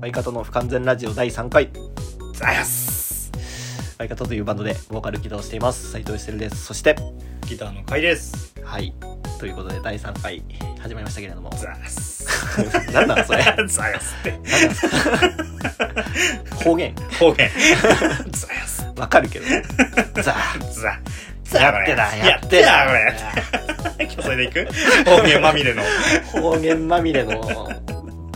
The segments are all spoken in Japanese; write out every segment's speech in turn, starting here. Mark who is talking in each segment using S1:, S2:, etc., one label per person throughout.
S1: 相方の不完全ラジオ第3回
S2: ざやす
S1: 相方というバンドでボーカル起動しています斉藤してるですそして
S2: ギターの回です
S1: はいということで第3回始まりましたけれども
S2: ざやす
S1: 何なんそれ
S2: ざやすって
S1: 何なんそれ方言
S2: 方言ざやす
S1: わかるけどザ
S2: ざ
S1: ザやってな
S2: や
S1: や
S2: っ
S1: って
S2: て
S1: な
S2: なこれ今日それでいく方言まみれの
S1: 方言まみれの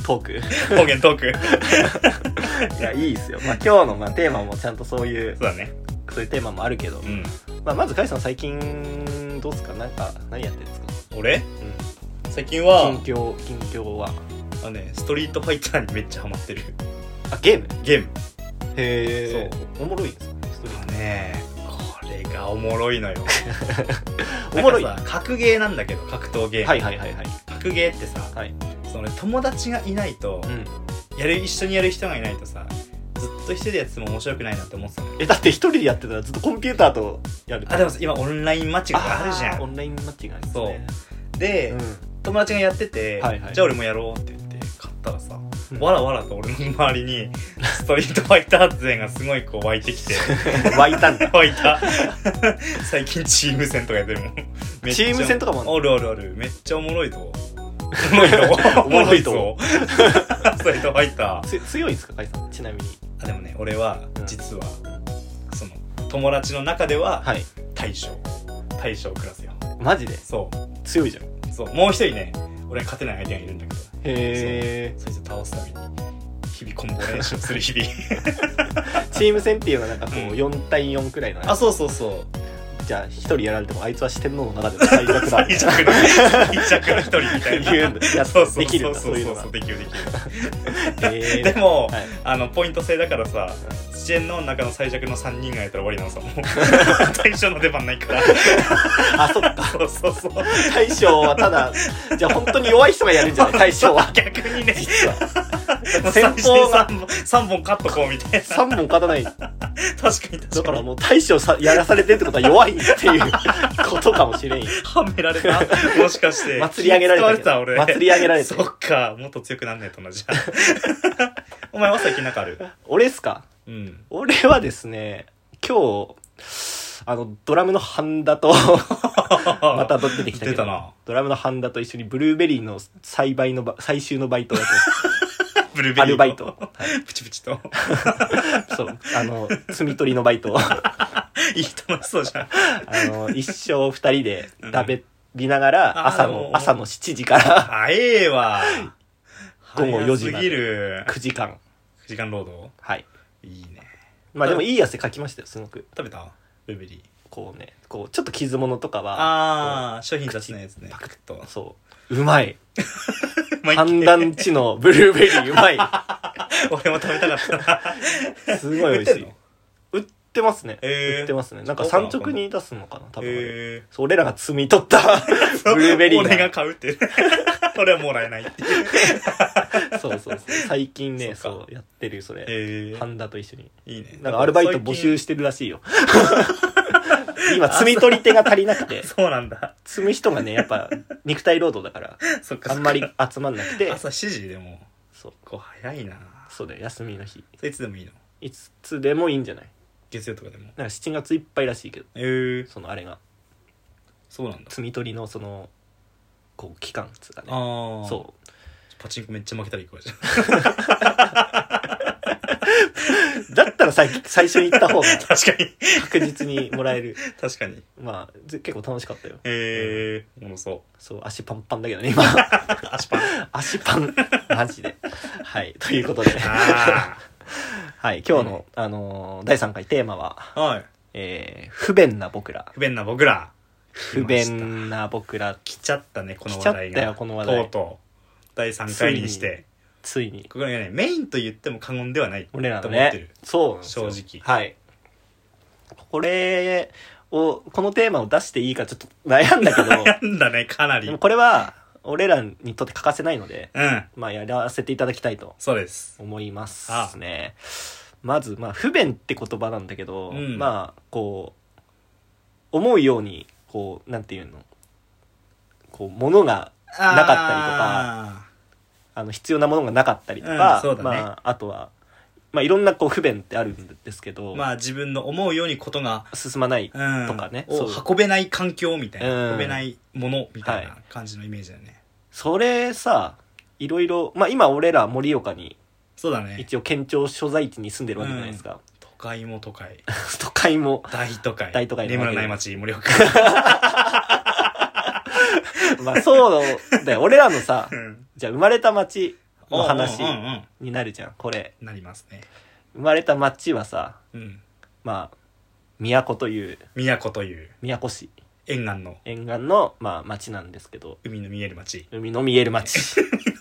S1: トーク
S2: 方言トーク
S1: いやいいですよ、まあ、今日のまあテーマもちゃんとそういう
S2: そうだね
S1: そういうテーマもあるけど、
S2: うん
S1: まあ、まず甲斐さん最近どうっすかなんか何やってるんですか、
S2: 俺
S1: う
S2: 最近
S1: ん、
S2: は
S1: 近況近況は
S2: あのねストリートファイターにめっちゃハマってる
S1: あゲーム
S2: ゲーム
S1: へえおもろいんですかストリー
S2: あのねこれがおもろいのよ
S1: トおもろい
S2: なん
S1: は
S2: かさ格ゲーなんだけど格闘ゲー
S1: い
S2: ム
S1: はいはいはい
S2: 格ゲーってさ、
S1: はい
S2: そのね友達がいないと、
S1: うん
S2: やる一緒にやる人がいないとさずっと一人でやってても面白くないなって思ってたのよ
S1: えだって一人でやってたらずっとコンピューターとやる
S2: あでもさ今オンラインマッチングがあるじ
S1: あー
S2: ゃ
S1: オンラインマッチングありますね
S2: んで、友達がやってて、
S1: はいはい
S2: じゃあ俺もやろうって言って買ったらさ、
S1: うん
S2: わらわらと俺の周りにストリートファイター勢がすごいこう湧いてき て
S1: うん湧いたんだ
S2: 湧いた 最近チーム戦とかやってるもんめっちゃ
S1: チーム戦とかもあんの
S2: あるあるあるめっちゃおもろいぞおもろいぞ
S1: おもろい ぞ
S2: ストリートファイター
S1: つ強いんですか甲斐さんちなみに
S2: あでもね俺は
S1: うん
S2: 実は、その友達の中では
S1: はい
S2: 大将大将クラスよ
S1: マジで
S2: そ
S1: 強いじゃん
S2: うそうもう一人ね俺に勝てない相手がいるんだけど
S1: へえ
S2: そいつを倒すために日々コンボ練習する日々
S1: チーム戦っていうのはなんかこう
S2: うん
S1: 4対4くらいの
S2: あそうそうそう
S1: じゃあ一人やられてもあいつは四天王の中でも最弱だ
S2: 最弱の最弱の一人みたい
S1: 言うん
S2: な
S1: だや
S2: そうそう
S1: できるん
S2: そう
S1: だ
S2: そ
S1: そうういう
S2: そ
S1: の
S2: う
S1: が
S2: できるできる
S1: へ
S2: で
S1: ー
S2: も
S1: はい
S2: あのポイント制だからさ支援の中の最弱の3人がやったら終わりなのさもう 大将の出番ないから
S1: あそっか
S2: そうそうそう
S1: 大将はただじゃあ本当に弱い人がやるんじゃない大将は
S2: 逆にね
S1: 実は
S2: 先
S1: 先方が
S2: 3本三本カットこうみたいな
S1: 3本勝たないだ
S2: 確かに確か
S1: から
S2: に
S1: もう大将さやらされてってことは弱いっていう ことかもしれんよ
S2: はめら れたもしかして
S1: 祭り上げられた
S2: 気使われた俺
S1: 祭り上げられた
S2: そっかもっと強くなんないとなじゃあ お前は最近なんかある
S1: 俺っすか
S2: うん
S1: 俺はですね今日あのドラムの半田と ま
S2: ま
S1: た出てきたけ
S2: 出
S1: ど
S2: たな
S1: ドラムの半田と一緒にブルーベリーの栽培のば最終のバイトをやって
S2: ブルー
S1: ます
S2: ベリー
S1: アルバイト
S2: プチプチと
S1: そうあの摘み取りのバイトを
S2: いい楽しそうじゃん
S1: あの、一生二人で
S2: うん
S1: 食べりながら、
S2: あー
S1: 朝
S2: おー
S1: の、朝の7時から
S2: 早えわ
S1: 午後4時まで
S2: 早すぎる
S1: 9時間。
S2: 9時間労働
S1: はい。
S2: いいね
S1: まあでもいい汗かきましたよ、すごく。
S2: 食べたブルーベリー
S1: こうね、こう、ちょっと傷物とかは、
S2: ああー商品たちのやつねパクッと
S1: そう。うまい。
S2: 毎 回
S1: 判断地のブルーベリーう まい。
S2: 俺も食べ たかったな
S1: すごい美味しい。売ってますね。
S2: えー
S1: 売ってますね。なんか
S2: そうかな
S1: 産直に出すのかな、多分。
S2: へえ
S1: そう俺らが摘み取った ブルーベリー
S2: 俺が
S1: が。
S2: 買うって 俺はもらえないって
S1: そうそうそう。最近ね、
S2: そうか
S1: そう、やってる、それ。
S2: え
S1: ハンダと一緒に。
S2: いいね
S1: なんかアルバイト募集してるらしいよ。今、摘み取り手が足りなくて
S2: 最近、そうなんだ
S1: 摘む人がね、やっぱ肉体労働だから、
S2: そっか
S1: あんまり集まんなくて、
S2: 朝7時でも
S1: そう、
S2: こう早いな
S1: そうだよ、休みの日。
S2: それいつでもいいの
S1: いつでもいいんじゃない
S2: 月曜とかでも
S1: なんか7月いっぱいらしいけど、
S2: えー、
S1: そのあれが、
S2: そうなんだ
S1: 摘み取りのその、こう、期間っつうかね。
S2: ああ
S1: そう
S2: パチンコめっちゃ負けたらいくわじゃん
S1: う。だったら最最初に行った方が
S2: 確かに
S1: 確実にもらえる。
S2: 確かに
S1: まあ、ぜ結構楽しかったよ。
S2: ええー、おもろそ
S1: そう、足パンパンだけどね、今。
S2: う 足パン
S1: 足パン。マジで。はい、ということで。
S2: あ
S1: はい、今日の、あのー第3回テーマは、
S2: あはい
S1: えー、不便な僕ら。
S2: 不便な僕ら
S1: 不便な僕ら、
S2: 来ちゃったねこの
S1: 来
S2: 話
S1: ちゃっ
S2: 題が
S1: たよこの話題
S2: とうとう第3回にし
S1: つい
S2: て
S1: ついに。
S2: これがねメインと言っても過言ではないと思
S1: 俺ら
S2: って
S1: の
S2: る、
S1: ね、そうなんですよ
S2: 正直
S1: はい。これを、このテーマを出していいかちょっと悩んだ けど、
S2: なんだねかなり
S1: で
S2: う
S1: も
S2: ん
S1: これは、俺らにとって欠かせないので、まあ、やらせていただきたいと
S2: そうです
S1: 思いますね。まず、まあ、不便って言葉なんだけど、
S2: うん
S1: まあ、こう、思うように、こう、なんていうの、こう、ものが、なかったりとか
S2: あ
S1: あの必要なものがなかったりと
S2: うん
S1: か、
S2: そうだね
S1: まあ、あとは、まあ、いろんなこう不便ってあるんですけど、
S2: まあ自分の思うようにことが、
S1: 進まない、
S2: うん、
S1: とかね
S2: を
S1: そう
S2: 運べない環境みたいな、
S1: うん
S2: 運べないものみたい
S1: は
S2: な感じのイメージだよね、
S1: それさいろいろ、まあ、今俺ら盛岡に
S2: そうだね
S1: 一応県庁所在地に住んでるわけじゃないですか、
S2: 都会も都会
S1: 都会 も
S2: 大都 会
S1: 大都会な
S2: 眠
S1: わ
S2: ら
S1: け
S2: ない街盛岡
S1: まあそうだよ俺らのさ
S2: うん
S1: じゃあ生まれた町 の話
S2: うんうんうん
S1: になるじゃんこれ
S2: なりますね
S1: 生まれた町はさ
S2: うん
S1: まあ都という
S2: 都という
S1: 宮古市
S2: 沿岸の
S1: 沿岸の、まあ、町なんですけど
S2: 海の見える街
S1: 海の見える町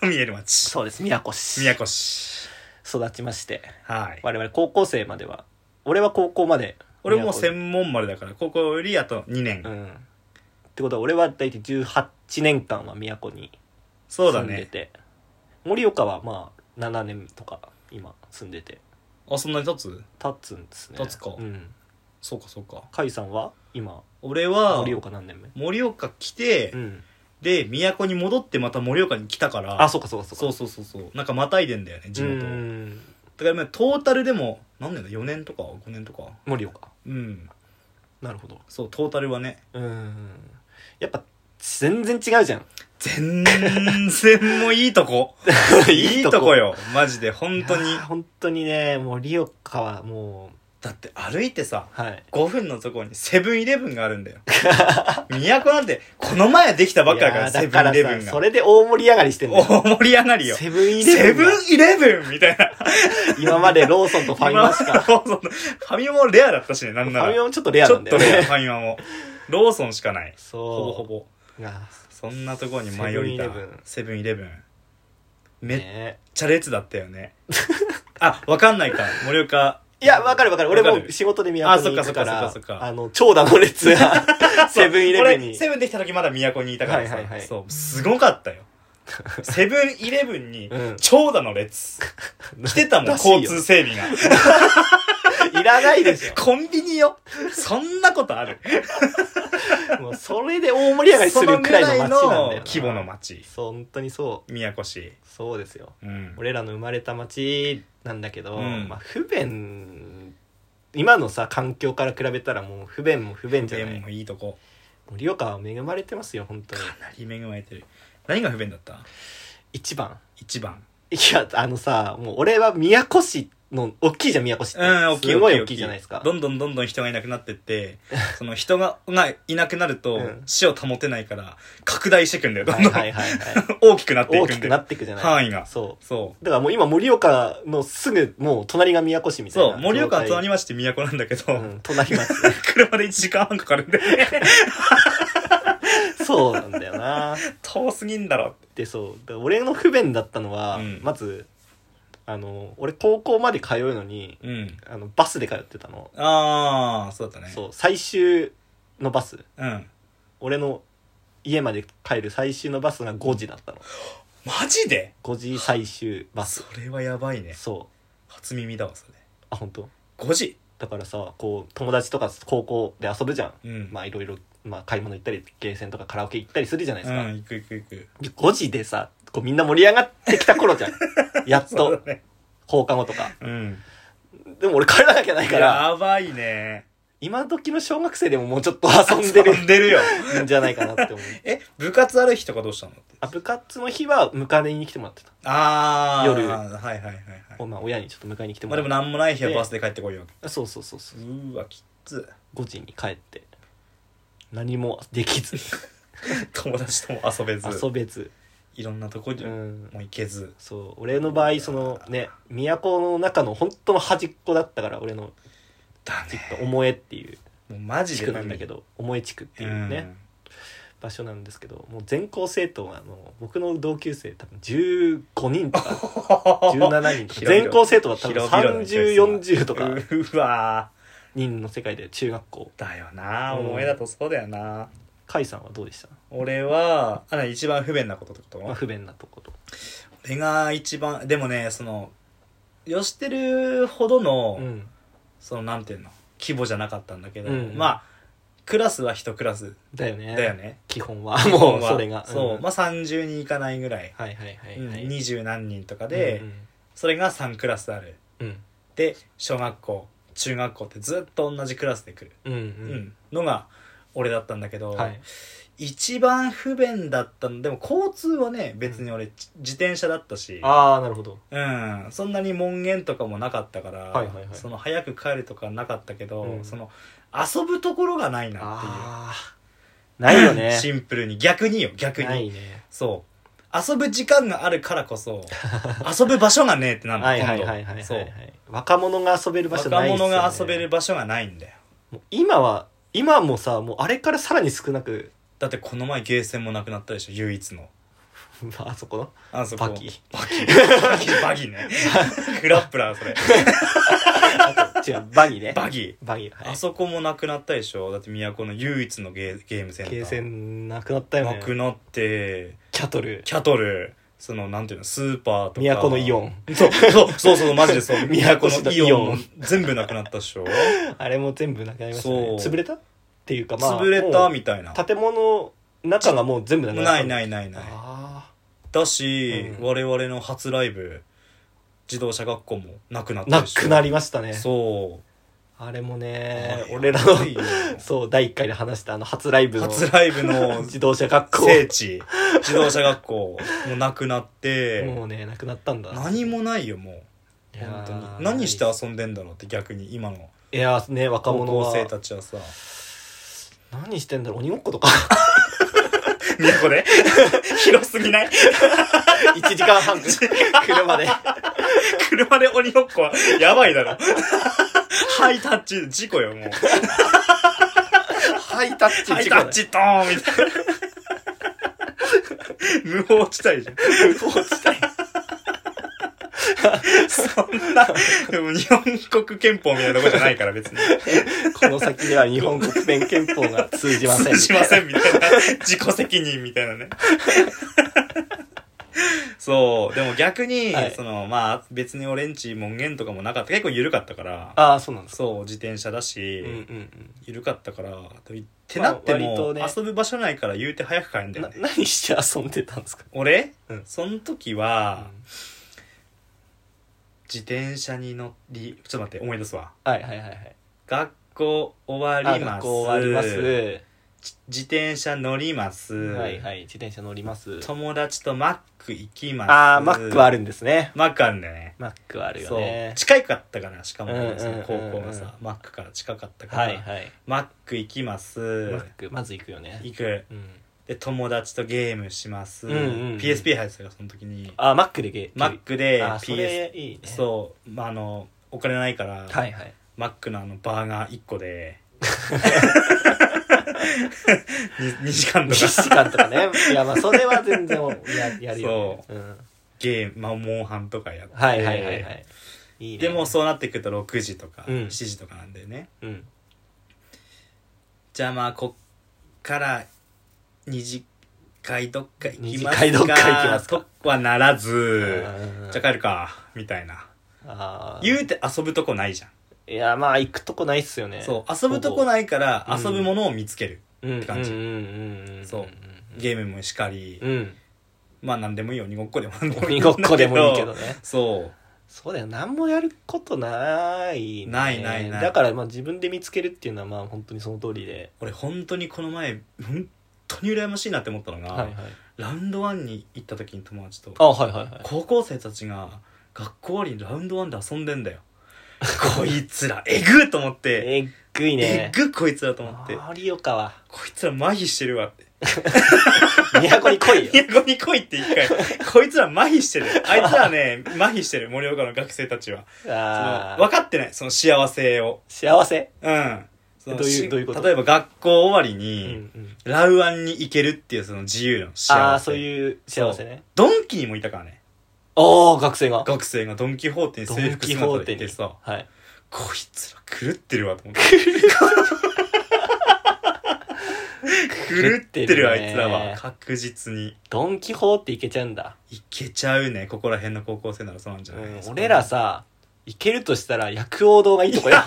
S2: 海の見える街
S1: そうです宮古市
S2: 宮古市
S1: 育ちまして
S2: はい
S1: 我々高校生までは俺は高校まで
S2: 俺もう
S1: 専
S2: 専門までだから高校よりあと2年、
S1: うんってことは俺は大体18年間は宮古に
S2: そうだ
S1: 住んで
S2: ね
S1: て盛岡はまあ7年とか今住んでて
S2: あそんなに経つ
S1: 経つんですね
S2: 経つか
S1: うん
S2: そうかそうか
S1: 甲斐さんは今
S2: 俺は
S1: 盛岡何年目
S2: 盛岡来て、
S1: うん
S2: で都に戻ってまた盛岡に来たから
S1: あそうかそうかそうか
S2: そうそうそうそうなんかまたいでんだよね地元
S1: う
S2: をだ
S1: ん
S2: からまあトータルでも何年だ4年とか5年とか
S1: 盛岡
S2: うん
S1: なるほど
S2: そうトータルはね
S1: うんやっぱ全然違うじゃん
S2: 全然もういい とこ いいとこよマジで本当に
S1: いやー本当にね盛岡はもう
S2: だって歩いてさ
S1: はい
S2: 5分のとこにセブンイレブンがあるんだよ 都なんてこの前できたばっかだから
S1: いや
S2: セ
S1: ー
S2: ブンイレ
S1: だか
S2: ブ
S1: ら
S2: ン
S1: さ
S2: が
S1: それで大盛り上がりしてんだよ
S2: 大盛り上がりよ
S1: セブンイレ
S2: セ
S1: ブ
S2: ブ
S1: ンが
S2: ンイレブンみたいな
S1: 今までローソンとファミマしか
S2: そうそうファミマもレアだったしね、なん
S1: フ
S2: な
S1: ァ
S2: ら。
S1: ミ
S2: ちょ
S1: マもちょっとレアなん
S2: っ
S1: だよ
S2: とレア、
S1: ね
S2: ファミマ も。ローソンしかない。ほぼ
S1: そう
S2: ほぼ。
S1: いや
S2: そんなところに迷いた。セブンイレブン。
S1: ー
S2: めっ
S1: ね
S2: ちゃ列だったよね。あ、わかんないか。盛岡。
S1: いや、わかるわかる。俺
S2: わか
S1: も
S2: る
S1: 仕事で宮
S2: あ
S1: 古
S2: そっ
S1: に
S2: か
S1: 行
S2: そっ
S1: く
S2: か
S1: から、
S2: そっかそっか
S1: あの、長蛇の列が、セブンイレブン
S2: 俺
S1: に。
S2: セブンできた時まだ都にいたからさ。
S1: はいはいはい
S2: そう、すごかったよ。セブンイレブンに
S1: うん
S2: 長蛇の列。来てたもん、
S1: らしいよ
S2: 交通整備 が。
S1: いらないでし
S2: コンビニよ。そんなことある。
S1: ょ。もうそれで大盛り上がりするくらいの街なんだよな。
S2: そのぐらいの規模の街
S1: そう、本当にそう。
S2: 都市。
S1: そうですよ。
S2: うん。
S1: 俺らの生まれた街なんだけど、
S2: うん
S1: まあ、不便、今のさ、環境から比べたらもう不便も不便じゃ
S2: で
S1: ない。
S2: もいいとこ。
S1: 盛岡は恵まれてますよ、本当に。
S2: かなり恵まれてる何が不便だった
S1: 一番。
S2: 一番
S1: いや、あのさ、もう俺は宮古市の、大きいじゃん、宮古市って。すごい大きいじゃないですか。
S2: どんどんどんどん人がいなくなってってその人ががいなくなると
S1: うん
S2: 死を保てないから拡大していくんだよど
S1: は
S2: ん
S1: い
S2: どん、
S1: はいはいはい。
S2: 大きくなってい
S1: 大
S2: くん
S1: きく
S2: だ
S1: な
S2: よ
S1: っていくじゃない
S2: 範囲が
S1: そ
S2: そう
S1: だからもう今盛岡のすぐもう隣が宮古市みたいな
S2: そう盛岡の隣
S1: 町、
S2: 町って都なんだけど、
S1: うん、隣町
S2: 車で1時間半かかるんで
S1: そうなんだよな
S2: 遠すぎんだろって
S1: でそうだから俺の不便だったのは、
S2: うん
S1: まずあの俺高校まで通うのに
S2: うん
S1: あのバスで通ってたの、
S2: ああそうだったね
S1: そう最終のバス
S2: うん
S1: 俺の家まで帰る最終のバスが5時だったの
S2: マジで
S1: 5時最終バス
S2: それはやばいね
S1: そう
S2: 初耳だわそれ
S1: あ本当
S2: 5時
S1: だからさこう友達とか高校で遊ぶじゃん
S2: うん
S1: まあいろいろ、まあ、買い物行ったりゲーセンとかカラオケ行ったりするじゃないですか、
S2: うん行く行く行く
S1: で5時でさこうみんな盛り上がってきた頃 じゃんやっ
S2: そう
S1: と
S2: だね
S1: 放課後とか
S2: うん
S1: でも俺帰らなきゃないから
S2: やばいね
S1: 今時の小学生でももうちょっと遊んで る
S2: 飛んで るよ
S1: んじゃないかなって思う
S2: え部活ある日とかどうしたのって
S1: あ部活の日は迎えに来てもらってた、
S2: あー
S1: 夜
S2: はいはいはいはい
S1: まあ、親にちょっと迎えに来て
S2: ま
S1: も
S2: あ
S1: ら
S2: で
S1: っ
S2: も
S1: て、
S2: なんもない日はバスで帰ってこいよ
S1: そうそうそうそう
S2: うーわきっつ
S1: 5時に帰って何もできず
S2: 友達とも遊べず
S1: 遊べず
S2: いろんなとこに
S1: う
S2: も
S1: ん
S2: 行けず
S1: そう俺の場合そのね都の中の本当の端っこだったから俺の
S2: だ
S1: 実
S2: ね
S1: 家巴っていう
S2: もうマジ
S1: 地
S2: で
S1: 区なんだけど重い地区っていうね、場所なんですけどもう全校生徒はあの僕の同級生多分15人とか 17人とか全校生徒は多分3040と
S2: とか
S1: か
S2: うーわ
S1: 人の世界で中学校
S2: ーだよな
S1: うん
S2: 思いだとそうだよな
S1: 甲斐さんはどうでした、
S2: 俺はあ一番不便なことってこと
S1: まあ、不便なとこと
S2: 俺が一番でもねそのよしてるほどの、
S1: うん
S2: そのなんていうの規模じゃなかったんだけど、
S1: うん
S2: まあクラスは一クラス
S1: だよね
S2: だよね
S1: 基本はもう
S2: まあ
S1: それが
S2: そう、
S1: ん
S2: まあ30人いかないぐらい、
S1: はいはいはいはい、
S2: 二十何人とかで、
S1: うん
S2: それが3クラスある
S1: うん
S2: で小学校中学校ってずっと同じクラスで来る、
S1: うんう
S2: うんんのが俺だったんだけど、
S1: うんはい
S2: 一番不便だったのでも交通はね別に俺、自転車だったし
S1: ああなるほど
S2: うん、そんなに門限とかもなかったから、
S1: はいはいはい
S2: その早く帰るとかなかったけど、
S1: うん
S2: その遊ぶところがないなっていう
S1: ああないよ ね
S2: シンプルに逆によ逆
S1: な
S2: に
S1: いね
S2: そう遊ぶ時間があるから こそ遊ぶ場所がねえってなるの
S1: はいはいはいはいはい
S2: 今度
S1: は
S2: そう
S1: い若者が遊べる場所
S2: 若
S1: ないっすよ
S2: 者
S1: ね
S2: が遊べる場所がないんだよ
S1: もう今は今もさもうあれからさらに少なく
S2: だってこの前ゲーセンもなくなったでしょ唯一の
S1: あそこの
S2: あそこ
S1: バキ
S2: バギ バギ ねグラップラーそれ
S1: 違うバギね
S2: バギ
S1: バギはい
S2: あそこもなくなったでしょだって都の唯一のゲーゲームセンター
S1: ゲーセンなくなったよ
S2: な
S1: ね
S2: くなって
S1: キャトル
S2: キャトルそのなんていうのスーパーとか
S1: 都のイオン
S2: ンそうそうそうそうマジでそう
S1: 都
S2: 都
S1: 市の
S2: の
S1: イ
S2: イ
S1: オン
S2: オンも全部なくなったでしょ、
S1: あれも全部なくなりましたね
S2: そう
S1: 潰れたっていうかまあ
S2: 潰れた
S1: も
S2: みたいな
S1: う建物中がもう全部なくなっ
S2: な
S1: た
S2: いないいないない
S1: あ
S2: だし、
S1: うん
S2: 我々の初ライブ自動車学校もなくなっ
S1: ー
S2: た
S1: な
S2: でしょ
S1: くなりましたね
S2: そう
S1: あれも
S2: あ
S1: ね
S2: れ
S1: 俺ら
S2: やばいよ
S1: のそう第1回で話したあの初ライブの
S2: 初ライブ の
S1: 自動車学校
S2: 聖地自動車学校もなくなって
S1: もうねなくなったんだ
S2: 何もないよもう
S1: いや
S2: 本
S1: ー
S2: 当に何して遊んでんだろうって逆に今の
S1: いやーね若
S2: 高
S1: 者
S2: 校
S1: は
S2: 生たちはさ
S1: 何してんだろう鬼ごっことか
S2: 都で 広すぎない
S1: 1時間半車で
S2: 車で鬼ごっこはやばいだろハイタッチ事故よもう
S1: ハイタッチ
S2: ハイタッチドーンみたいな。無法地帯じゃん。
S1: 無法地
S2: そんな、でも日本国憲法みたいなとこじゃないから別に。
S1: この先では日本国弁憲法が通じま せん
S2: しませんみたいな。自己責任みたいなね。そう。でも逆に、
S1: はい
S2: その、まあ別に俺んち門限とかもなかった。結構緩かったから。
S1: ああそうなんですか
S2: そう、自転車だし、
S1: うんうん
S2: 緩かったから。ってなって
S1: まあ割と
S2: も、
S1: ね
S2: 遊ぶ場所ないから言うて早く帰るん
S1: う
S2: だ
S1: ん
S2: よ
S1: な
S2: ね。
S1: 何して遊んでたんですか
S2: 俺、
S1: うん
S2: その時は、
S1: うん
S2: 自転車に乗りちょっと待って思い出すわ
S1: はいはいはいはい
S2: 学校終わ
S1: あ
S2: ります
S1: 学校終わります
S2: じ自転車乗ります、
S1: はいはい自転車乗ります
S2: 友達とマック行きます
S1: ああマックはあ
S2: る
S1: るんですね
S2: マックあるんだよね
S1: マックはあるよね
S2: そう近かったからしかも、
S1: うんうんうんうん
S2: その高校がさマックから近かったから、
S1: はいはい
S2: マック行きます、
S1: マックまず行くよね
S2: 行く
S1: うん
S2: で友達とゲームします、
S1: うんうんうん
S2: PSP 入ってたからその時に
S1: あーマックでゲ
S2: マックで
S1: あーそ
S2: PS
S1: れいいねう
S2: そう、まあ、あのお金ないから、
S1: はいはい
S2: マックのあのバーガー1 個で 2, 時間と
S1: 2時
S2: か
S1: 間とか ねいやまあそれは全然ややるよねうん
S2: ゲーム、まあ、モンハンとかやって、
S1: はいはいはいはいいいね
S2: でもそうなってくると6時とか
S1: うん
S2: 7時とかなんだよね、
S1: うん
S2: じゃあまあこっから2次会どっか行きますか
S1: 二次会どっか行きますか
S2: とはならず
S1: うん
S2: じゃあ帰るかみたいな
S1: あー
S2: 言うて遊ぶとこないじゃん、
S1: いやまあ行くとこないっすよね
S2: そう遊ぶとこ
S1: い
S2: ないから
S1: ほぼ
S2: 遊ぶものを見つける、
S1: って
S2: 感じ
S1: うんうんうんん
S2: そう
S1: う
S2: ゲームもしかり、
S1: んうん
S2: まあ何でもいいよ鬼ごっこでも何でもい
S1: 鬼
S2: い
S1: ごっこでもいいけどね
S2: そう
S1: そうだよ何もやることないね
S2: ないないない
S1: だからまあ自分で見つけるっていうのはまあ本当にその通りで
S2: 俺本当にこの前本当に羨ましいなって思ったのが、
S1: はいはい
S2: ラウンドワンに行った時に友達と
S1: あはいはいはい
S2: 高校生たちが学校終わりにラウンドワンで遊んでんだよこいつらえぐっと思っ て、
S1: えっぐいね
S2: えぐっこいつらと思って
S1: 盛岡は
S2: こいつら麻痺してるわって
S1: 都に来いよ
S2: 都に来いって一 回こいつら麻痺してるあいつらね麻痺してる盛岡の学生たちは そ
S1: あ
S2: の
S1: ー
S2: 分かってないその幸せを
S1: 幸せ
S2: うんその
S1: どういう
S2: し
S1: どういうこと
S2: 例えば学校終わり
S1: う
S2: に、
S1: ん
S2: ラウアンに行けるっていうその自由の幸せ
S1: ああそういう幸せね
S2: ドンキにもいたからね
S1: ああ学生が
S2: 学生がドン・キホーテに
S1: ド
S2: 制
S1: ン・
S2: 服
S1: キ
S2: 姿
S1: ホー
S2: で
S1: テ
S2: 行って
S1: に
S2: さ
S1: はい
S2: こいつら狂ってるわ と思って狂ってるあ
S1: ね
S2: いつらは確実に
S1: ドン・キホーテ行けちゃうんだ、
S2: いけちゃうねここら辺の高校生ならそうなんじゃ
S1: う
S2: ない、
S1: ん、俺 らさ行けるとしたら薬王堂がいいとこや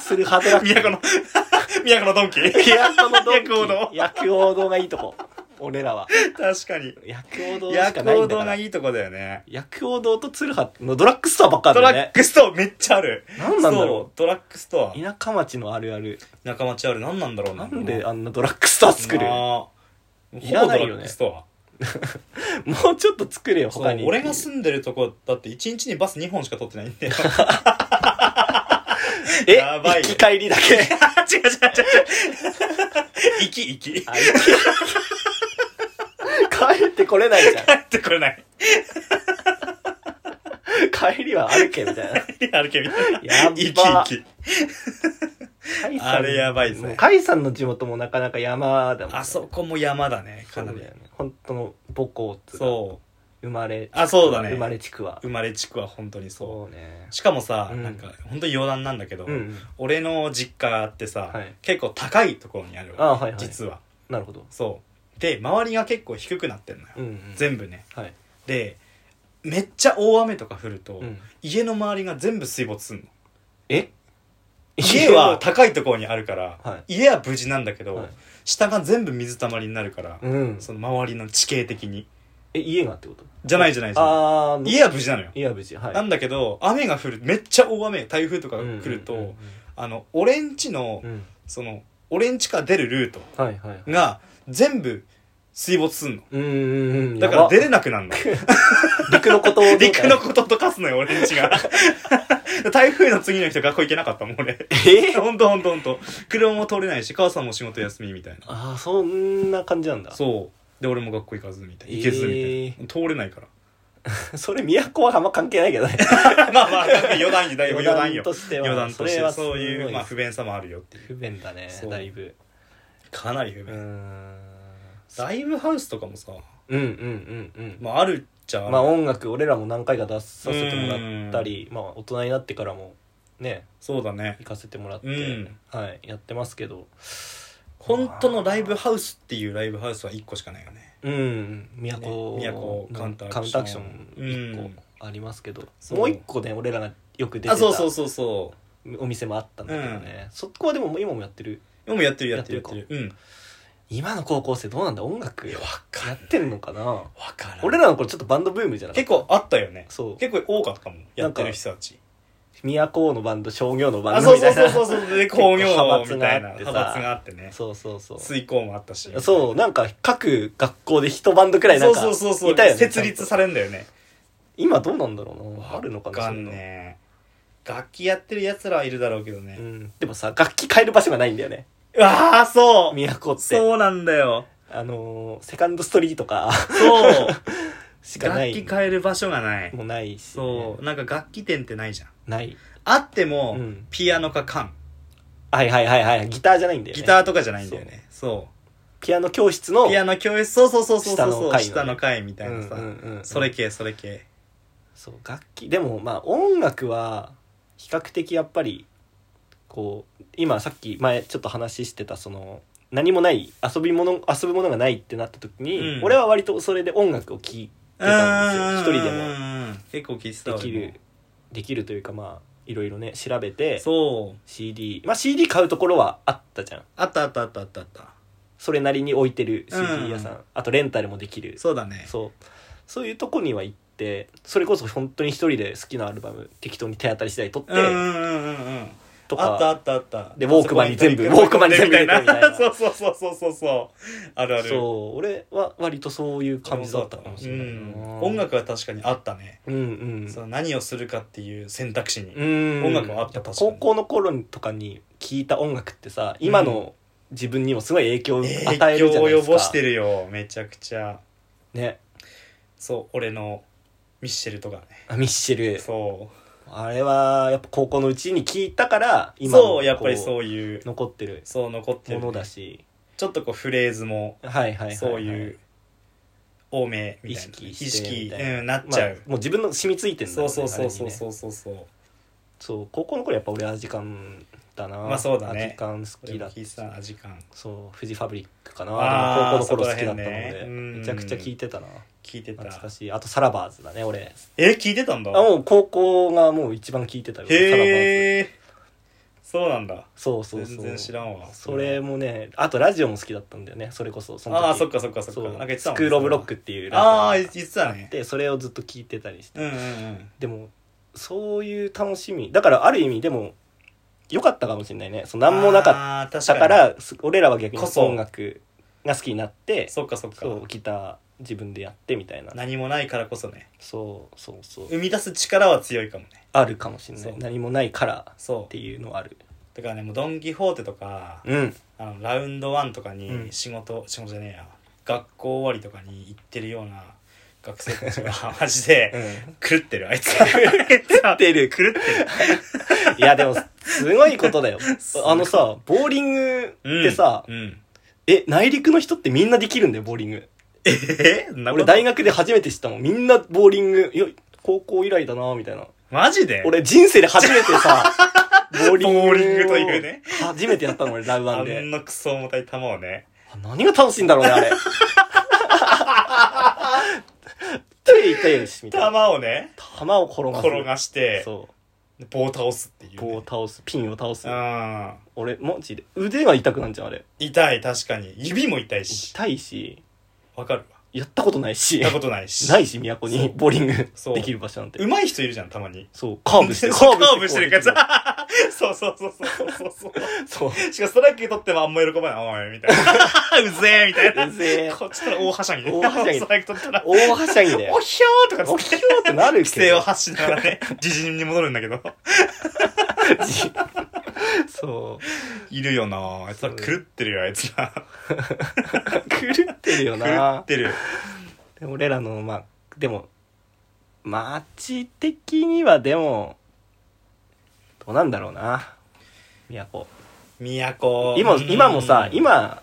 S1: するはずだ
S2: 都の都宮古のドンキ
S1: ヤクオのドンキ
S2: 薬王堂
S1: ヤクオ堂がいいとこ俺らは
S2: 確かに
S1: ヤクオ堂しか
S2: 薬
S1: ない
S2: 王
S1: んだ
S2: 堂
S1: か
S2: が
S1: ら
S2: いいとこだよね
S1: ヤクオ堂とツルハのドラッグストアばっか
S2: ド
S1: り
S2: ラ
S1: だ
S2: ッ
S1: ね
S2: グストアめっちゃある
S1: なんなんだろ
S2: そうドラッグスト
S1: う田舎町のあるある
S2: ア仲間ちある何なんだろう
S1: な
S2: なん
S1: であんなドラッグストア作る
S2: なあ
S1: も
S2: ほぼ
S1: いら
S2: ド
S1: な
S2: ラ
S1: いよね
S2: ッグストア
S1: うちょっと作れよ他
S2: そ
S1: に
S2: う俺が住んでるとこだって1日にバス2本しか取ってないん だよ
S1: え
S2: やばいね
S1: 行き帰りだけ
S2: 違う違う違う違う行き行き帰
S1: あ行き帰ってこれないじゃん
S2: ってこれない
S1: 帰りは歩けみたいな
S2: 歩けみたいな
S1: やば
S2: 行き行き
S1: 甲斐さん
S2: あれやばいですね
S1: もう甲斐さんの地元もなかなか山だもん、
S2: あそこも山だね
S1: そ
S2: か
S1: うだ
S2: な
S1: よ
S2: り
S1: ね本当の母校っていうか
S2: そう
S1: 生まれ
S2: あそうだね
S1: 生まれ地区は
S2: 生まれ地区は本当にそ
S1: そうね
S2: うしかもさ、
S1: うん
S2: なんか本当に余談なんだけど、
S1: うん
S2: 俺の実家ってさ、
S1: はい
S2: 結構高いところにあるわ
S1: あはいはい
S2: 実は
S1: なるほど
S2: そうで周りが結構低くなってんのよ、
S1: うんうん
S2: 全部ね
S1: はい
S2: でめっちゃ大雨とか降ると、
S1: うん
S2: 家の周りが全部水 没すんの
S1: え
S2: 家は高いところにあるから、
S1: は
S2: 家は無事なんだけど、
S1: はい
S2: 下が全部水たまりになるから、
S1: うん
S2: その周りの地形的に
S1: え家がってこと
S2: じゃないじゃないじゃない
S1: ああ
S2: 家は無事なのよ、
S1: 家は無事はい
S2: なんだけど雨が降るめっちゃ大雨台風とか
S1: う
S2: が
S1: んうん
S2: 来ると、
S1: うん
S2: あの俺んちの、
S1: うん
S2: その俺んちから出るルート
S1: はいはいはい
S2: が全部水没すんの
S1: うんうんうん
S2: だから出
S1: や
S2: れなく なるの
S1: ば陸のことをどうだよ
S2: 陸のこととかすのよ俺ん ちが台風の次の人学校行けなかったもん俺
S1: え
S2: ほんとほんとほんと車も通れないし母さんも仕事休みみたいな
S1: ああそんな感じなんだ
S2: そうで俺も学校行かずみたいな行けずみたいな、
S1: え
S2: 通れないから
S1: それ都はあんま関係ないけ どね
S2: まあまあ余談よだいぶ余談よ
S1: としては
S2: 余談とし
S1: それ
S2: て
S1: は
S2: そう
S1: す
S2: い
S1: ご
S2: う、
S1: い
S2: まあ、不便さもあるよっていう
S1: 不便だね
S2: そう
S1: だいぶ
S2: かなり不
S1: う
S2: 便、
S1: ーん
S2: ライブハウスとかもさ、
S1: うんうんうんうん
S2: まあ、あるっちゃある
S1: まあ音楽俺らも何回か出させてもらったりまあ大人になってからもね
S2: そうだね
S1: 行かせてもらって、
S2: うん
S1: はいやってますけど
S2: 本当のライブハウスっていうライブハウスは1個しかないよね
S1: うん都,、
S2: ね都カウンターアク
S1: カウ
S2: ション
S1: ンターアクション
S2: う
S1: 1
S2: ん
S1: 個ありますけど、
S2: そう
S1: もう1個ね俺らがよく出て
S2: あ
S1: た
S2: そうそうそうそ
S1: お店もあったんだけどね、そこはでも今もやってる
S2: うでもやってるやってる
S1: やってる
S2: うん
S1: 今の高校生どうなんだ音楽や
S2: か
S1: ってんのかな
S2: わからん
S1: 俺らの頃ちょっとバンドブームじゃなかっ
S2: 結構あったよね
S1: そう
S2: 結構多かったもんやってる人たち
S1: た都のバンド商業のバ
S2: あ
S1: ンド
S2: そう
S1: みた
S2: そう
S1: いな
S2: そうそう そうで工業
S1: 派閥
S2: みたいな
S1: があってさ
S2: 派閥があってね
S1: そうそうそう
S2: 水耕もあったし
S1: そうなんか各学校で一バンドくらいな
S2: そ
S1: ん
S2: う
S1: か
S2: そうそうそう
S1: いたよね
S2: 設立
S1: ちゃんと
S2: されんだよね
S1: 今どうなんだろうなあるのかな
S2: わかんねえ楽器やってる奴らはいるだろうけど
S1: そんな
S2: ね
S1: のうんでもさ楽器変える場所がないんだよね
S2: ああそう
S1: 都って
S2: そうなんだよ
S1: あのーセカンドストリートと か
S2: そう
S1: しかな
S2: 楽
S1: い
S2: 器変える場所がない
S1: もうないしね、
S2: そうなんか楽器店ってないじゃん
S1: ない
S2: あっても、
S1: うん
S2: ピアノか缶
S1: はいはいはいはいギターじゃないんだよね
S2: ギターとかじゃないんだよねそ
S1: ピアノ教室
S2: う
S1: の
S2: ピアノ教室そうそうそうそうそうそう
S1: 下
S2: 下
S1: の
S2: の階みたいなさ、
S1: うんうんうんうん
S2: それ系それ系
S1: そう楽器でもまあ音楽は比較的やっぱりこう今さっき前ちょっと話してたその何もない遊び物遊ぶものがないってなった時に、
S2: うん
S1: 俺は割とそれで音楽を聴いてたんですよ一人でも
S2: も結構聞いてた
S1: で
S2: わ
S1: き
S2: 俺
S1: る
S2: も
S1: できるというかまあいろいろね調べて
S2: そう
S1: CD まあ CD 買うところはあったじゃん
S2: あったあったあったあったあった
S1: それなりに置いてる CD 屋さん、
S2: う
S1: あとレンタルもできる
S2: そうだね
S1: そうそういうとこには行ってそれこそ本当に一人で好きなアルバム適当に手当たり次第取って、
S2: うんうんうんうんうん
S1: とか
S2: あったあったあった
S1: でウォークマンに全部
S2: そこ
S1: ウォークマンに全部入れてみたいな
S2: そうそうそうそうそうそうあるある
S1: そう俺は割とそういう感じだったかもしれないな、
S2: うん音楽は確かにあったね、
S1: うんうん
S2: その何をするかっていう選択肢に、
S1: うん
S2: 音楽はあっ
S1: や
S2: た
S1: ぱ
S2: 確か
S1: 高
S2: に
S1: 校の頃とかに聴いた音楽ってさ今の自分にもすごい影響を与える
S2: 影
S1: じゃ
S2: 響
S1: な
S2: を
S1: いで
S2: 及
S1: すか、
S2: ぼしてるよめちゃくちゃ
S1: ね
S2: そう俺のミッシェルとかね
S1: ミッシェル
S2: そう
S1: あれはやっぱ高校のうちに聴いたから今
S2: そうやっぱり
S1: う
S2: そういう
S1: 残ってる
S2: そう残って
S1: も
S2: るね、
S1: のだし、
S2: ちょっとこうフレーズも
S1: はいはいはい、はい、
S2: そういう多めみ
S1: 意
S2: たいな
S1: 識
S2: 意
S1: してみ
S2: 識
S1: たいな
S2: うんなっちゃ
S1: ま
S2: う
S1: あ、もう自分の染みついてんだ
S2: そ
S1: ろ
S2: うそうそう
S1: あれ
S2: そ
S1: に
S2: う
S1: ね
S2: そうそうそう
S1: そう高校の頃やっぱ俺アジカンだな
S2: まあそうだね
S1: アジカン好
S2: 俺
S1: きだ
S2: も
S1: っ
S2: 聞いてたな時間
S1: そうフジファブリックかな
S2: あー
S1: でも高校の頃好きだったの
S2: そこら
S1: で、
S2: 辺ねうん
S1: めちゃくちゃ聞いてたな
S2: 聞いてた
S1: 懐かしいあとサラバーズだね俺
S2: え聞いてたんだ
S1: あもう高校がもう一番聞いてたよサラバーズ
S2: へえそうなんだ
S1: そうそうそう
S2: 全然知らんわ
S1: それもねあとラジオも好きだったんだよねそれこそその時
S2: ああそっかそっかそっ
S1: そ
S2: か
S1: う
S2: なんか言ってた
S1: ス
S2: もん
S1: クール・オブ・ロックっていうラジオ
S2: あ
S1: が
S2: あ
S1: あ
S2: 言ってたね
S1: ってそれをずっと聞いてたりして
S2: うんうんうん
S1: でもそういう楽しみだからある意味でも良かったかもしれないねその何もなかっ
S2: った
S1: からす俺らは逆に
S2: こそ
S1: 音楽が好きになって
S2: そっかそっか
S1: そうギター自分でやってみたいな
S2: 何もないからこそね
S1: そうそうそう
S2: 生み出す力は強いかもね
S1: あるかもしれな
S2: そう
S1: い何もないから
S2: そ
S1: っ
S2: う
S1: ていうのはある
S2: だからねもうドン・キホーテとか
S1: うん
S2: あのラウンドワンとか
S1: う
S2: に
S1: ん
S2: 仕事、仕事じゃねえや学校終わりとかに行ってるような学生たちが マジで狂ってるあいつ狂ってる狂ってる
S1: いやでもすごいことだよ
S2: すごい
S1: あのさボーリングってさ、
S2: うんうん、
S1: え内陸の人ってみんなできるんだよボーリング
S2: えな
S1: 俺大学で初めて知ったもんみんなボーリングいや高校以来だなみたいな
S2: マジで
S1: 俺人生で初めてさボーリングを
S2: ボーリングというね
S1: 初めてやったの俺ラウワ
S2: あ
S1: ンで
S2: んなクソ重たい球をね
S1: あ何が楽しいんだろうねあ れトイレ行ったよしみ
S2: 球
S1: たいな
S2: をね
S1: 球を転がす
S2: 転がして
S1: そ
S2: 棒を倒すっていうう
S1: 棒
S2: ね、
S1: を倒すピンを倒す
S2: うん
S1: 俺マジで腕が痛くなんじゃんあれ
S2: 痛い確かに指も痛いし
S1: 痛いし
S2: わかるわ
S1: やったことないし
S2: 行ったことないし
S1: ないし都
S2: そ
S1: に
S2: う
S1: ボーリング
S2: そう
S1: できる場所なんて
S2: うまい人いるじゃんたまに
S1: そうカーブしてる
S2: そうカーブしてるやつ
S1: こうで
S2: そうそうそうそうそうそう
S1: きるそう
S2: しかもストライク取ってもあんま喜ばない。おい、みたい な。うぜえ、みたいな。
S1: うぜえ
S2: こっちから大はしゃぎで。
S1: 大はしゃぎ
S2: ストライク取ったら、
S1: 大はしゃぎで
S2: おひょーとか
S1: お
S2: つ
S1: き
S2: って
S1: ようってなる
S2: 規
S1: け
S2: 制を
S1: ど
S2: 発しながら ね、自陣に戻るんだけど。
S1: そう
S2: いるよなあいつ
S1: そ
S2: ら
S1: う
S2: 狂ってるよ、あいつら。
S1: 狂ってるよ
S2: 狂
S1: な
S2: ってる。
S1: で俺らのまあでも街的にはでもどうなんだろうな都
S2: 都。
S1: 今
S2: うん
S1: 今もさ、今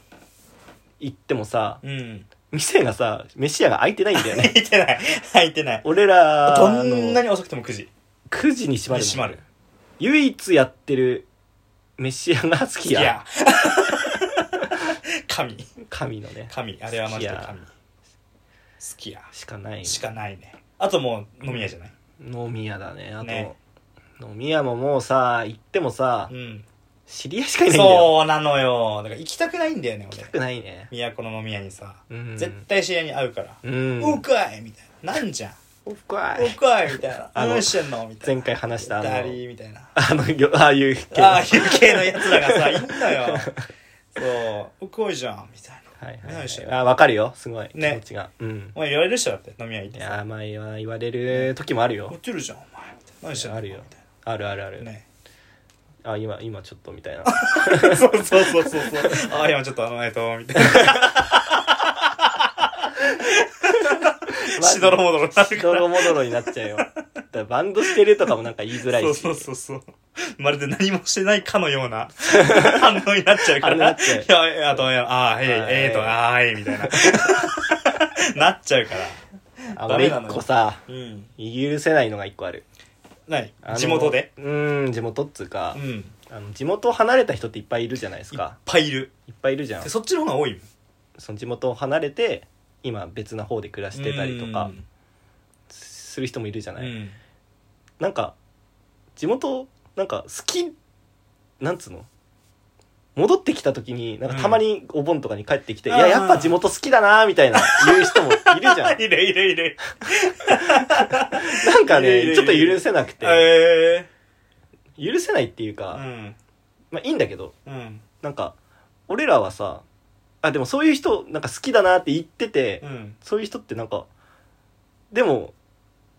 S1: 行ってもさ
S2: うん。
S1: 店がさ飯屋が開いてないんだよね
S2: 入ってない。入ってない。
S1: 俺ら
S2: どんな
S1: に
S2: に遅くても9時。
S1: 9時に閉まるもん
S2: 閉まる。
S1: 唯一やってる飯屋が好
S2: い
S1: きや
S2: や。 神。
S1: 神のね
S2: 神。あれはマジで神。好
S1: 好
S2: きや。
S1: しかない
S2: しかないね。あともう飲み屋じゃない。
S1: 飲み屋だねあと
S2: ね
S1: 飲み屋ももうさ行ってもさ
S2: うん。
S1: 知り合いしかいないんだよ
S2: そうなのよだから行きたくないんだよね
S1: 行きたくないね
S2: 俺都の飲み屋にさ、
S1: うん
S2: 絶対知り合いに会うから
S1: う
S2: 「うんおうかい!」みたいな「なんじゃん
S1: おっか
S2: おう
S1: い
S2: かい!」みたいな「
S1: あの
S2: 何してんの?」みたいな
S1: 前回話したあ
S2: ダ
S1: の
S2: リーみたいな
S1: あのよああいう系
S2: ああいう系のやつらがさいん のよそう「おかいじゃん」みたいな
S1: はいはい
S2: 何してん
S1: はい
S2: の
S1: あ分かるよすごい気
S2: ね
S1: 持ちがうん
S2: お前言われる人だって飲み屋行っ
S1: い
S2: て
S1: や
S2: さ
S1: ーまあ言われる時もある
S2: 「
S1: よ
S2: 持ってるじゃんお前」みたいな「何してんの?」
S1: あるよ
S2: みたい
S1: あるあるある
S2: なね
S1: あ今今ちょっとみたいな
S2: そうそうそうそうそう ああ今ちょっとあのえっとみ たいな しどろもどろになる
S1: し
S2: か
S1: ど
S2: ら
S1: ろもどろになっちゃうよだからバンドしてるとかもなんか言いづらいし
S2: そうそうそうそうまるで何もしてないかのよう な反応になっちゃうか
S1: あれな
S2: ら
S1: っちゃう
S2: いやいやあといやあーえい
S1: あー
S2: えい
S1: えい
S2: とあーえいみたい ななっちゃうから
S1: あ
S2: ダ
S1: 俺
S2: メなの
S1: 一
S2: よ
S1: 個さ
S2: うん
S1: 許せないのが一個ある
S2: 何
S1: あの
S2: 地元で
S1: うーん地元っつうか
S2: うんいっ
S1: あの地元を離れた人っていっぱいいるじゃないですか
S2: ぱいいる
S1: いっぱいいるじゃん
S2: でそっちの方が多いもん
S1: その地元を離れて今別な方で暮らしてたりとかする人もいるじゃ
S2: う
S1: ない、
S2: ん
S1: なんか地元なんか好きなんつうの戻ってきた時になんかたまにお盆とかに帰ってきて、
S2: うん
S1: いや
S2: あー
S1: やっぱ地元好きだなーみたいな言う人もいるじゃん
S2: いるいるいる
S1: なんか
S2: いるいるい
S1: ね
S2: る
S1: ちょっと許せなくて
S2: え
S1: 許せないっていう
S2: え
S1: か、
S2: うん
S1: まあいいんだけど
S2: うん
S1: なんか俺らはさあでもそういう人なんか好きだなって言ってて、
S2: うん
S1: そういう人ってなんかでも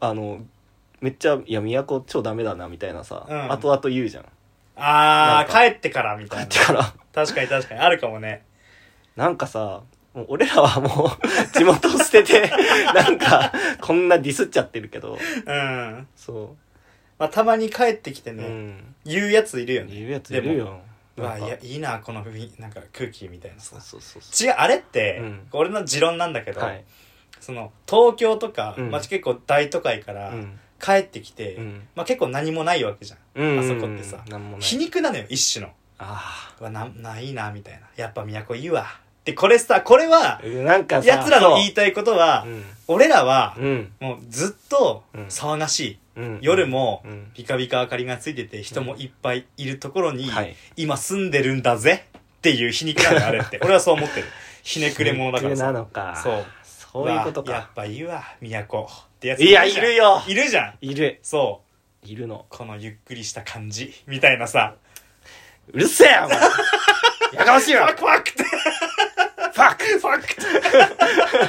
S1: あのめっちゃ「いや都超ダメだな」みたいなさ、
S2: うん
S1: 後々言うじゃん
S2: あ
S1: なん
S2: あ
S1: か
S2: 帰ってからみ
S1: 帰
S2: たい
S1: っ
S2: な
S1: てから
S2: 確かに確かにあるかもね
S1: なんかさもう俺らはもう 地元を捨てて なんかこんなディスっちゃってるけど
S2: うんま
S1: そ
S2: あたまに帰ってきて
S1: う、
S2: ね、
S1: うん
S2: 言うやついるよね
S1: 言うやついるよ
S2: うわい
S1: なんか
S2: やいいなこの雰囲なんか空気みたいなさ
S1: そうそうそうそ
S2: 違うあれって、
S1: うん
S2: 俺の持論なんだけ
S1: う
S2: ど、
S1: はい、
S2: その東京とか、
S1: うん
S2: まあ、結構大都会から
S1: うん
S2: 帰ってきて、
S1: うん
S2: まあ、結構何もないわけじゃん、
S1: うん、
S2: あそこってさ
S1: なんもない
S2: 皮肉なのよ一種の
S1: あ
S2: うわなないなみたいなやっぱ都いいわでこれさこれは
S1: あなんかさ
S2: やつらの言
S1: い
S2: いたいことは、
S1: うん
S2: 俺らは
S1: う、ん
S2: もうずっと
S1: うん
S2: 騒がしい、
S1: うん
S2: 夜も
S1: うん
S2: ピカピカ明かりがついてて人もいっぱいいるところに、
S1: はい
S2: 今住んでるんだぜっていう皮肉なんだあれって 俺はそう思ってるひねくれ者だから
S1: ひねくれなの
S2: さ
S1: か
S2: そう
S1: そういうこと
S2: わやっ
S1: か
S2: ぱいいわ都ってやつ
S1: いやいるよ
S2: いるじゃん
S1: いる
S2: そう
S1: いるの
S2: このゆっくりした感じみたいなさ
S1: うるせえ よお前やかましい
S2: フ
S1: わ
S2: ァクファクって
S1: ファック
S2: ファクって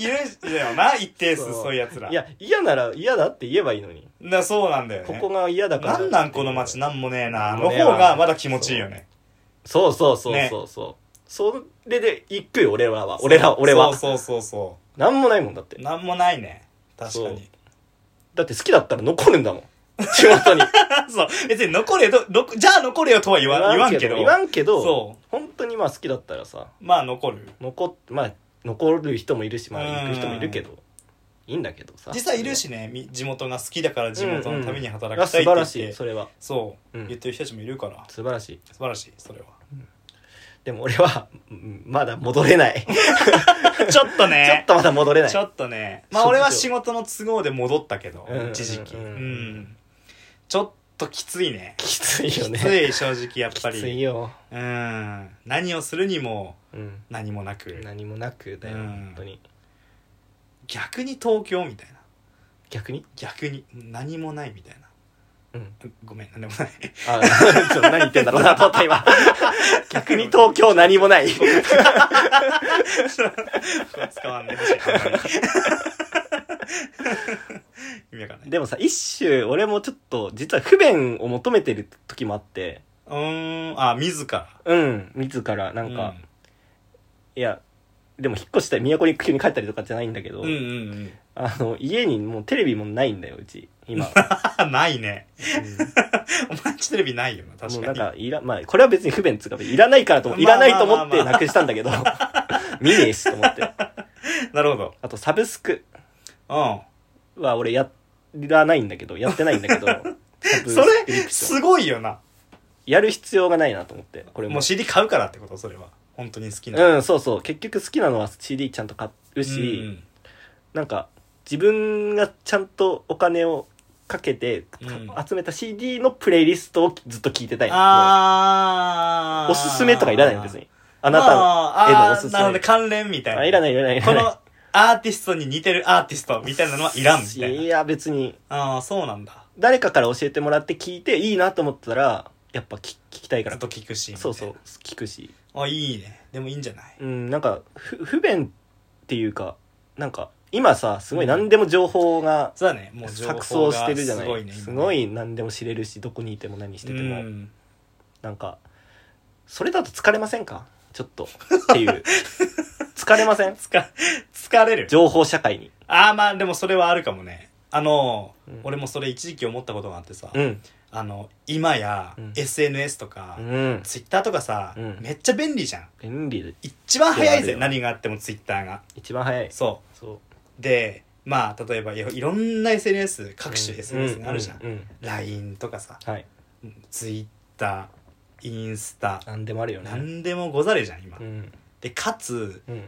S2: いるんだよな一定数
S1: そう
S2: そういうやつら
S1: いや嫌なら嫌だって言えばいいのに
S2: なそうなんだよね
S1: ここが嫌だから
S2: なんなんこの街なんもねえな
S1: なん
S2: の
S1: もねえ
S2: 方
S1: わ
S2: がまだ気持ちいいよね
S1: そうそうそう
S2: ね
S1: そうそう、それで行くよ俺らは俺らは俺は
S2: そうそうそうそ
S1: なんもないもんだって
S2: うなんもないね確かに
S1: だって好きだったら残るんだ もん地元に
S2: そう別に残れよとのじゃあ残れよとは言わ言わんけど
S1: 言わんけど
S2: そ
S1: 本当にまあ好きだったらさ
S2: まあ残る
S1: 残っまあ残る人もいるしまあ
S2: うん
S1: 行く人もいるけどいいんだけどさ
S2: 実際いるしねみ地元が好きだから地元のために働
S1: あ
S2: きた
S1: 素晴
S2: いって言
S1: ら
S2: っ
S1: しい
S2: て
S1: それは
S2: そう
S1: うん
S2: 言ってる人たちもいるから
S1: 素晴らしい
S2: 素晴らしいそれは
S1: でも俺はうんまだ戻れない ち
S2: ちょっと
S1: ょっ
S2: ね
S1: とまだ戻れない
S2: ちょっとねまあ
S1: 職業
S2: 俺は仕事の都合で戻ったけど
S1: うん
S2: 一時期
S1: う
S2: うんんちょっときついね
S1: きついよ
S2: き
S1: ね
S2: つい正直やっぱ
S1: きつい
S2: り
S1: よ、
S2: うん何をするにも
S1: うん、
S2: 何もなく
S1: 何もなくだよ、
S2: うん
S1: 本当に
S2: 逆に東京みたいな
S1: 逆に
S2: 逆に何もないみたいな
S1: うん
S2: ごめん何でも ない
S1: あちょっと何言ってんだろう なと思った今逆に東京何もない
S2: 使わんでほしいあんまり意味わかんない
S1: でもさ一種俺もちょっと実は不便を求めてる時もあって
S2: うーんあ自ら
S1: うん自らなんか、いやでも引っ越したり都に急に帰ったりとかじゃないんだけど、
S2: うん、うんうんうん
S1: あの家にもうテレビもないんだようち 今、
S2: あないね
S1: う
S2: お前んちテレビないよなん
S1: も
S2: 確
S1: う
S2: か
S1: なん
S2: に
S1: かいらまあこれは別に不便っつうかいらないからと思いらないと思ってなくしたんだけど 見ねえしと思って
S2: なるほど
S1: あとサブスク
S2: うん
S1: は俺やらないんだけどやってないんだけ どサブス
S2: そ
S1: クリプ
S2: れ
S1: ション
S2: すごいよな
S1: やる必要がないなと思ってこれ
S2: も
S1: も
S2: う CD 買うからってことそれは本当に好きな
S1: うんそうそう結局好きなのは CD ちゃんと買うし、
S2: うん
S1: なんか自分がちゃんとお金をかけて、
S2: うん
S1: 集めた CD のプレイリストをずっと聞いてたいの
S2: あ
S1: もうおすすめとかいらないの別にあ
S2: あ
S1: なた
S2: た
S1: へのおすすめ
S2: なるほど関連みたいな
S1: あいらないいらないい
S2: こ
S1: らない
S2: のアーティストに似てるアーティストみたいなのはいらんみたい
S1: い
S2: な
S1: や別に
S2: ああそうなんだ
S1: 誰かから教えてもらって聞いていいなと思ったらやっぱ聞聞きたいか
S2: ず
S1: ら
S2: っと聞くし
S1: そうそう聞くし
S2: あいいねでもいいんじゃない
S1: うんなんかふ不便っていうかなんか今さすごい何でも情報が
S2: そうだねもう情
S1: 錯綜
S2: 報が
S1: してるじゃない
S2: すごいね今ね
S1: すごい何でも知れるしどこにいても何してても、
S2: うん
S1: なんかそれだと疲れませんかちょっとっていう 疲れません
S2: つか 疲れる
S1: 情報社会に
S2: ああまあでもそれはあるかもねあのー
S1: うん
S2: 俺もそれ一時期思ったことがあってさ
S1: うん
S2: あの今や
S1: うん
S2: SNS とか
S1: うん
S2: ツイッターとかさ
S1: うん
S2: めっちゃ便利じゃん
S1: 便利で
S2: 一番早
S1: い
S2: い
S1: やある
S2: ぜ
S1: よ
S2: 何があってもツイッターが
S1: 一番早い
S2: そ
S1: そう
S2: でまあ例えばいろいろんな SNS 各
S1: う
S2: 種
S1: ん
S2: SNS があるじゃん
S1: ううう
S2: LINE とかさ
S1: はい
S2: Twitter インスタ
S1: 何でもあるよね
S2: 何でもござれじゃん今
S1: うん
S2: でかつ
S1: うん
S2: 明日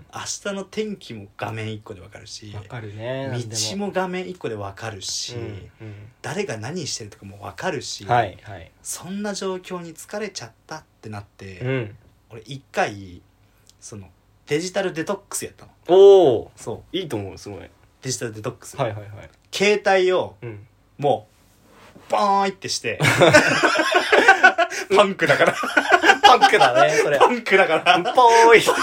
S2: の天気も画面1個でわかるし
S1: わかるね
S2: 道も画面1個でわかるし
S1: 何でもうん
S2: 誰が何してるとかもわかる
S1: う
S2: し
S1: んはいはい
S2: そんな状況に疲れちゃったってなっ
S1: う
S2: て
S1: ん
S2: 俺一回そのデジタルデトックスやったの
S1: おお
S2: そう
S1: いいと思うすごいはい
S2: デジタルデトックス
S1: はいはい
S2: 携帯を
S1: うん
S2: もうバーンってして パンクだから
S1: パンクだねそれ
S2: パンクだから
S1: ぽーい携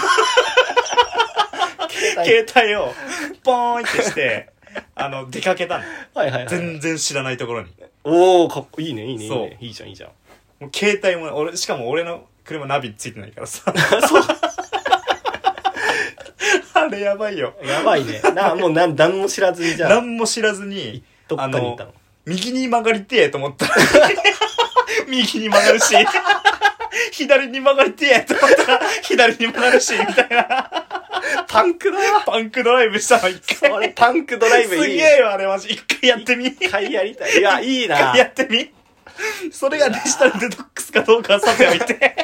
S2: 携帯をポーンってしてあの出かけたの
S1: 帯はいはいはい
S2: 全然知らないところに
S1: おおかっこいいねいいねいい
S2: そう
S1: ねいいじゃんいいじゃん
S2: もう携帯も俺しかも俺の車ナビついてないからさ
S1: そう
S2: あれやばいよ
S1: やばいねなもうなん何も知らずにじゃあ
S2: 何も知らずに
S1: どっかに行ったの
S2: 右に曲がりてえと思ったら 右に曲がるし 左に曲がりてえと思ったら左に曲がるしみたいな
S1: パンクだよ
S2: パンクドライブしたの一回
S1: あれパンクドライブいい
S2: すげえよあれマジ一回やってみ一
S1: 一回やりたいいやいいな
S2: 回やってみそれがデジタルデトックスかどうかはさておいて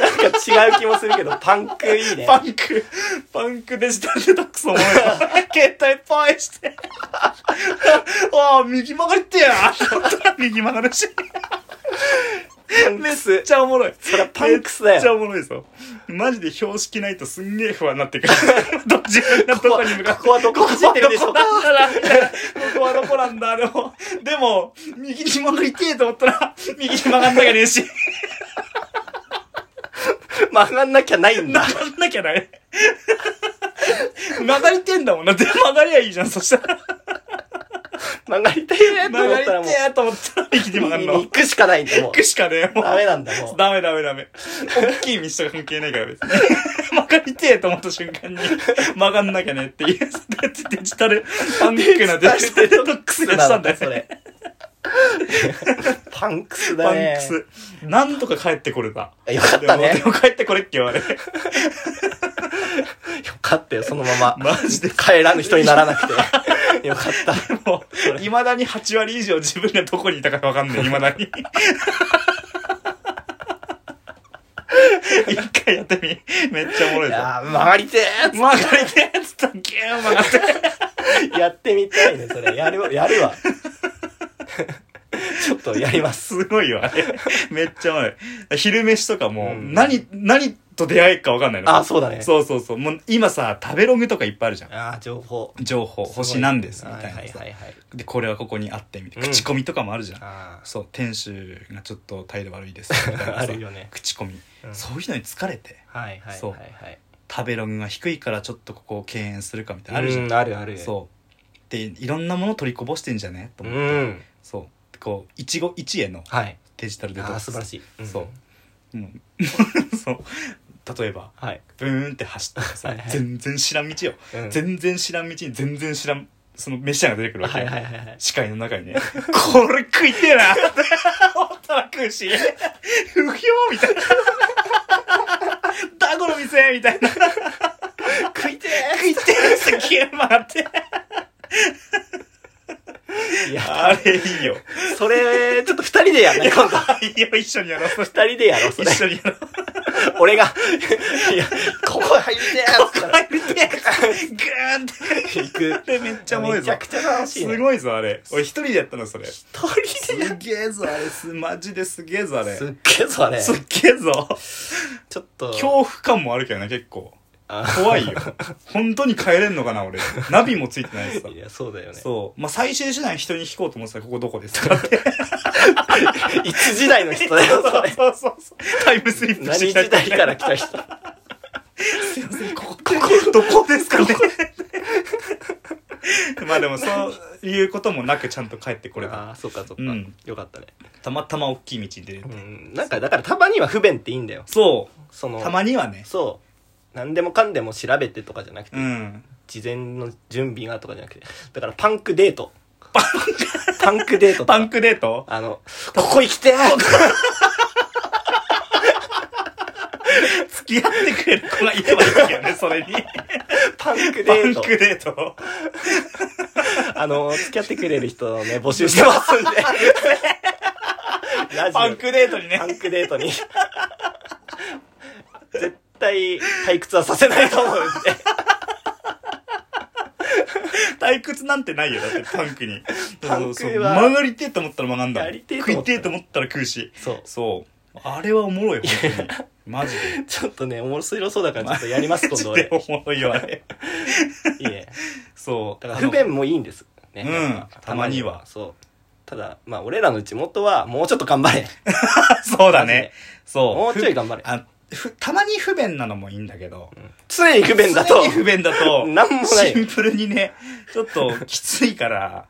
S1: なんか違う気もするけど、パンクいいね。
S2: パンク、パンクデジタルデトックスお前は、携帯パイして、ああ、右曲がりってや右曲がるし。
S1: パン
S2: め
S1: ク
S2: っ
S1: ス。
S2: ちゃおもろい。
S1: そりゃパンクスだ
S2: めっちゃ
S1: よ。
S2: おもろいですよ。マジで標識ないとすんげえ不安になってくる。どっちがどこに向かって
S1: こ。こはどこ走ってるでしょうか
S2: ここなんだなみたいなここはどこなんだ、でも。でも、右に曲がりてえと思ったら、右に曲がんなきゃねえし。
S1: 曲がんなきゃないんだ。
S2: 曲がんなきゃない。曲がりてえんだもんな。で、曲がりゃいいじゃん、そしたら。
S1: 曲がりた いなと
S2: 曲
S1: 思
S2: が
S1: った
S2: りて
S1: らもう、
S2: えと思った ら、右に曲がる
S1: 右
S2: の。
S1: に行
S2: 行
S1: くしかないんだもう
S2: く。しかねえ、もう。
S1: ダメなんだ もう。
S2: ダメダメダメ。大きい道とか関係ないから別 に。曲がりてえと思った瞬間に曲がんなきゃねっていう、 だってデジタルパンクなデジタルデトックスがしたんだよ。
S1: そ れ。パンクス
S2: パ
S1: だ
S2: ン
S1: ね。
S2: クス。なんとか帰ってこれた。
S1: よかったね
S2: でもでも帰ってこれって言われ。
S1: よかったよ、そのまま。
S2: マジで
S1: 帰らぬ人にならなく て。よかった。
S2: もう、未だに8割以上自分がどこにいたかわかんない、未だ に。一回やってみ。めっちゃおもろい
S1: い
S2: ぞ。
S1: やー曲がりてーっつっ
S2: 曲がりてえっつったらギューン曲がって。
S1: てやってみたいね、それ。やるわ、やる わ。ちょっとやります。
S2: すごいよ、あれ。めっちゃおもろい。昼飯とかも、
S1: うん
S2: 何、何と出会えるかわかんないの。
S1: あ、そうだね。
S2: そうそうそう。もう今さ、食べログとかいっぱいあるじゃん。
S1: あー情報。
S2: 情報、星なんです、み
S1: はい
S2: たい
S1: は
S2: ないさ
S1: はいはい。
S2: で、これはここにあって、みたいな。
S1: うん
S2: 口コミとかもあるじゃん。
S1: あー
S2: そう、店主がちょっと態度悪いです、みたいな さ
S1: あるよね。
S2: 口コミ、
S1: うん
S2: そういうのに疲れて、
S1: はいはいはいはい。
S2: 食べログが低いからちょっとここを敬遠するかみたいな、あるじゃん。
S1: うん、あるある。
S2: そう。で、いろんなもの取りこぼしてんじゃねと
S1: う
S2: 思って。
S1: ん。
S2: そう。こう、一期一会の
S1: はい。
S2: デジタル
S1: あ
S2: デトッ
S1: ー
S2: クス。
S1: 素晴らしい。うん
S2: そう。もう そう例えば
S1: はい。
S2: ブーンって走ったらさ
S1: はいはい
S2: 全然知らん道よ、
S1: うん
S2: 全然知らん道に全然知らんその飯屋が出てくるわけ
S1: は
S2: よ、
S1: いはいはいはい。
S2: 視界の中にねこれ食いて えなって思ったら食うし不評みたいなだこの店みたいな
S1: 食いて
S2: 食いてえすげえ回って
S1: ーいや、
S2: あれいいよ
S1: それ、ちょっと二人でやん ない今度。
S2: いいよ一緒にやろうそれ
S1: 二人でやろう、それ
S2: 一。緒にやろう
S1: 俺が、いや、ここ入りてーっつったら
S2: 食いてえグーンって
S1: 行く。
S2: でめっちゃおもろい
S1: めち
S2: ぞ
S1: ゃくちゃ楽しいね。
S2: すごいぞあれ俺一人でやったのそれ
S1: 一人
S2: す
S1: でやる。
S2: げえぞあれすマジですげえぞあれ
S1: すっげえぞ、あれ。
S2: すっげえぞ
S1: ちょっと。
S2: 恐怖感もあるけどね結構
S1: あ
S2: 怖いよ本当に帰れんのかな俺ナビもついてないしさ
S1: いや、そうだよね。
S2: そうまあ最終手段人に聞こうと思ってたらここどこですかって
S1: いつ時代の人だよ、それ。
S2: そうそうそうタイムスリップ
S1: 何
S2: して
S1: 時
S2: きた人
S1: 代から来た 人。
S2: すいませんここどこで すかねまあでもそういうこともなくちゃんと帰ってこれた
S1: ああ、そっかそっか
S2: うん。
S1: よかったね。
S2: たまたま大きい道に出れて、
S1: うん。なんか、だからたまには不便っていいんだよ。
S2: そ
S1: そうの、
S2: たまにはね
S1: そう。何でもかんでも調べてとかじゃなくて
S2: う、ん
S1: 事前の準備がとかじゃなくて。だからパンクデート。パンクデートとか。
S2: パンクデート
S1: あの、ここ行きてー
S2: 付き合ってくれる子がいればいいけどね、それに。
S1: パンク
S2: パ
S1: デー
S2: ン
S1: ト。
S2: クデート。
S1: あの、付き合ってくれる人をね、募集してます んで。ラジオ。
S2: パンクデートに
S1: パン
S2: ね。
S1: クデートに。絶対、退屈はさせないと思うんで。
S2: 退屈なんてないよ、だってパンクに。
S1: パンクは
S2: そう曲がりてえと思ったら曲がんだもん。
S1: やりてえと思
S2: 食い
S1: った
S2: て
S1: ら
S2: えと思ったら食うし。
S1: そう。
S2: そう。あれはおもろい、本当に。マジで。
S1: ちょっとね、面白そうだからちょっとやり ます、今
S2: マジ
S1: 度
S2: で
S1: 俺。
S2: おもろいよ、あれ。
S1: いいね。
S2: そう。
S1: だから不便もいいんです。ね。
S2: うん
S1: やっぱ
S2: たまには
S1: そう。ただ、まあ、俺らの地元は、もうちょっと頑張れ。
S2: あの。そうだ
S1: マジで
S2: ね。そう。
S1: もうちょい
S2: ふ
S1: 頑張れ。
S2: あふたまに不便なのもいいんだけど。
S1: 常に不便だと
S2: 常に。不便だと。
S1: なんもない
S2: シンプルにね、ちょっときついから、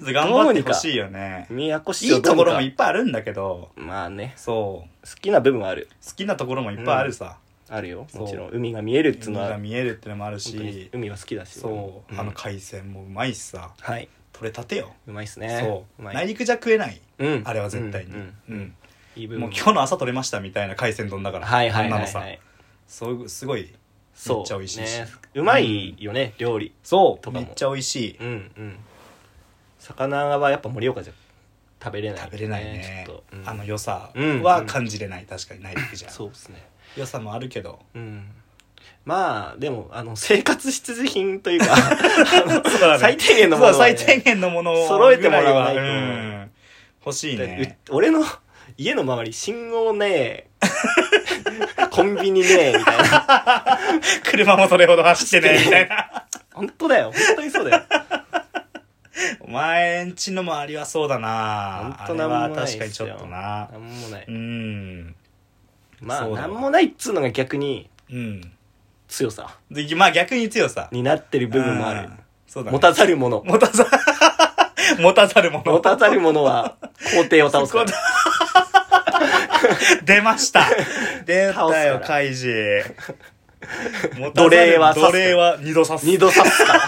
S2: 頑張ってほしいよね。
S1: 宮古市
S2: い
S1: を
S2: いところ
S1: ど
S2: も
S1: う
S2: い
S1: に
S2: っぱいあるんだけど、
S1: かまあね、
S2: そう。
S1: 好きな部分はある。
S2: 好きなところもいっぱいあるさ。
S1: あるよ。
S2: そう
S1: もちろん、海が見えるっつう
S2: 海
S1: のは
S2: が、見えるってのもある
S1: 本当に
S2: し、
S1: 海は好きだし。
S2: そう。
S1: ん
S2: あの海鮮もうまいしさ。
S1: はい。
S2: 取れたてよ。
S1: うまいっすね。
S2: そう。
S1: ま
S2: 内
S1: い。
S2: 陸じゃ食えない。
S1: うん
S2: あれは絶対に
S1: うんうん。
S2: うん。
S1: いい部分
S2: もう今日の朝取れましたみたいな海鮮丼だから。
S1: はいはい
S2: あん
S1: は
S2: ないのさ
S1: は。い。
S2: そう、すごい。
S1: そう。
S2: めっちゃ美味しいし
S1: ねうまいよね、料理。
S2: そ
S1: とか
S2: め
S1: も
S2: っちゃ美味しい。
S1: うんうん。魚はやっぱ盛岡じゃ食べれない、
S2: 食べれないね
S1: ちょっと、うん
S2: あの良さ
S1: うん
S2: は感じれない、確かにないじゃん
S1: そうですね
S2: 良さもあるけ ど
S1: うんまあでもあの生活必需品というか 最低限のも
S2: そ
S1: の
S2: う
S1: をね
S2: 最低限のものを
S1: 揃えてもらわないと
S2: ぐいはうん欲しいね
S1: う俺の家の周り信号ねえ コンビニねえみたい な
S2: 車もそれほど走ってねみたいな
S1: 本当だよ本当にそうだよ
S2: お前んちの周りはそうだな
S1: 本
S2: あ
S1: 当
S2: れ
S1: なん
S2: は
S1: もない
S2: 確か
S1: っ
S2: に
S1: す
S2: ちょ
S1: よ
S2: っとな、
S1: なんもないう
S2: ん
S1: まあ
S2: そうだ
S1: な
S2: わ
S1: んもないっつうのが逆に
S2: うん
S1: 強さ
S2: でまあ逆に強さ
S1: になってる部分もある
S2: うんそうだね
S1: 持たざる者
S2: 持たざ 持たざるもの
S1: 持たざる者は皇帝を倒すから
S2: そ出 ました出
S1: 倒すか
S2: た
S1: ら
S2: よ、カイジ。
S1: 奴隷は刺す
S2: 奴隷は二度刺す。
S1: 二度刺すから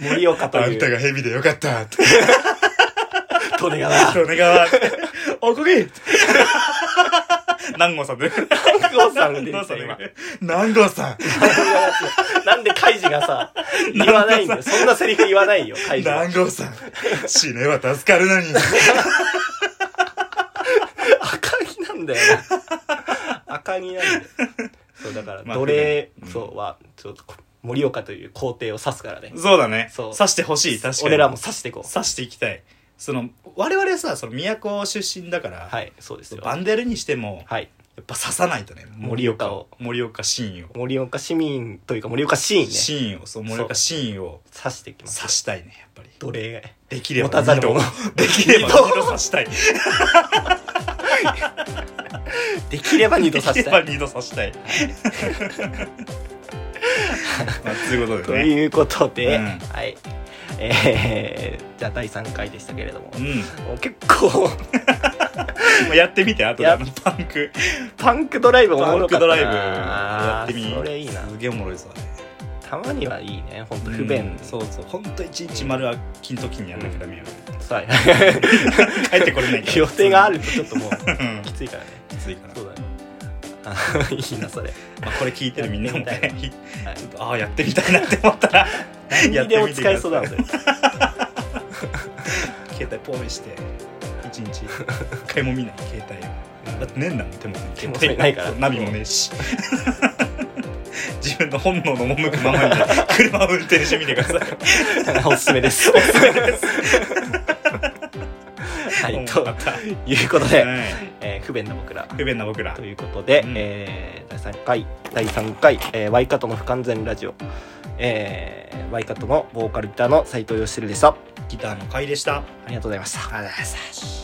S1: 森岡と
S2: あ
S1: い
S2: んた
S1: う
S2: が蛇でよかったって。
S1: トネがな
S2: お願い は。おこげ 南郷さんで。
S1: 南郷さんで 言
S2: 南郷
S1: った
S2: さん
S1: 今
S2: で。南郷さん。
S1: なんでカイジがさ言わないんだよそんなセリフ言わないよカイジは
S2: 南郷さん。死ねば助かるのに。
S1: 赤木なんだよな赤木なんだよそうだから
S2: まあ
S1: 奴隷、
S2: うん
S1: そうはちょっと盛岡という皇帝を指すからね
S2: そうだね。
S1: そう
S2: 刺してほしい、確かに。
S1: 俺らも指していこう
S2: 刺していきたい。その、我々さ、その都出身だから、
S1: はいそうですよ
S2: バ
S1: は
S2: ンデルにしても、
S1: い
S2: やっぱ刺さないとね、
S1: 盛岡を。
S2: 盛岡シーンを。
S1: 盛岡市民というか盛岡市員ね
S2: シーンを、そう、盛岡シーンを
S1: 指していきま
S2: 刺
S1: す
S2: したいね、やっぱり。
S1: 奴隷
S2: できれば
S1: 持たざる者
S2: 二度できれば
S1: 二度
S2: 二度刺したい。
S1: できれば二度
S2: で
S1: 刺
S2: き
S1: し
S2: れ
S1: た
S2: ば
S1: い
S2: 二度 刺したい。まあ、ということ
S1: と
S2: でね。
S1: いうことで、
S2: うん
S1: はいえー、じゃあ第3回でしたけれども
S2: うん。
S1: もう結構
S2: もうやってみて、後で
S1: や
S2: あのパンク。
S1: パンクドライブお
S2: パ
S1: も
S2: ン
S1: ろかっ
S2: ク
S1: た
S2: ド
S1: な
S2: ライブやってみ。
S1: それいいな
S2: すげえおもろいぞ、あれ。
S1: たまにはいいねほんと不便、
S2: うんそうそう。ほんと一日丸は金時にやんなきゃダメよ。
S1: さあ
S2: 帰ってこれないから。
S1: 予定があるとちょっともう
S2: うん。
S1: きついからね
S2: きついから。
S1: そうだねあいいなそれ
S2: まあ、これ聞いてるみんなも
S1: やって
S2: ね、
S1: はい
S2: ちょっと、ああ、やってみたいなって思ったら、
S1: 何にでも使えそうだな
S2: や
S1: そ
S2: って
S1: れ
S2: みてください携帯ポイして、一日、一回も見ない、携帯を。だってねえんだもん、手も
S1: 手元にないから
S2: ナビもねえし。自分の本能の赴くままに、車を運転してみてください。
S1: おすすめ ですおすすめです はいと
S2: 思った は
S1: いうことで、
S2: い
S1: えー不便な僕ら
S2: 不便な僕ら
S1: と。いうことで、
S2: うん
S1: えー第3回第3回、えー、ワイカットの不完全ラジオ、えー、ワイカットのボーカルギターの斉藤義輝でしたあ
S2: ギターの会でした。あ
S1: りがとうございました
S2: りがとうございます。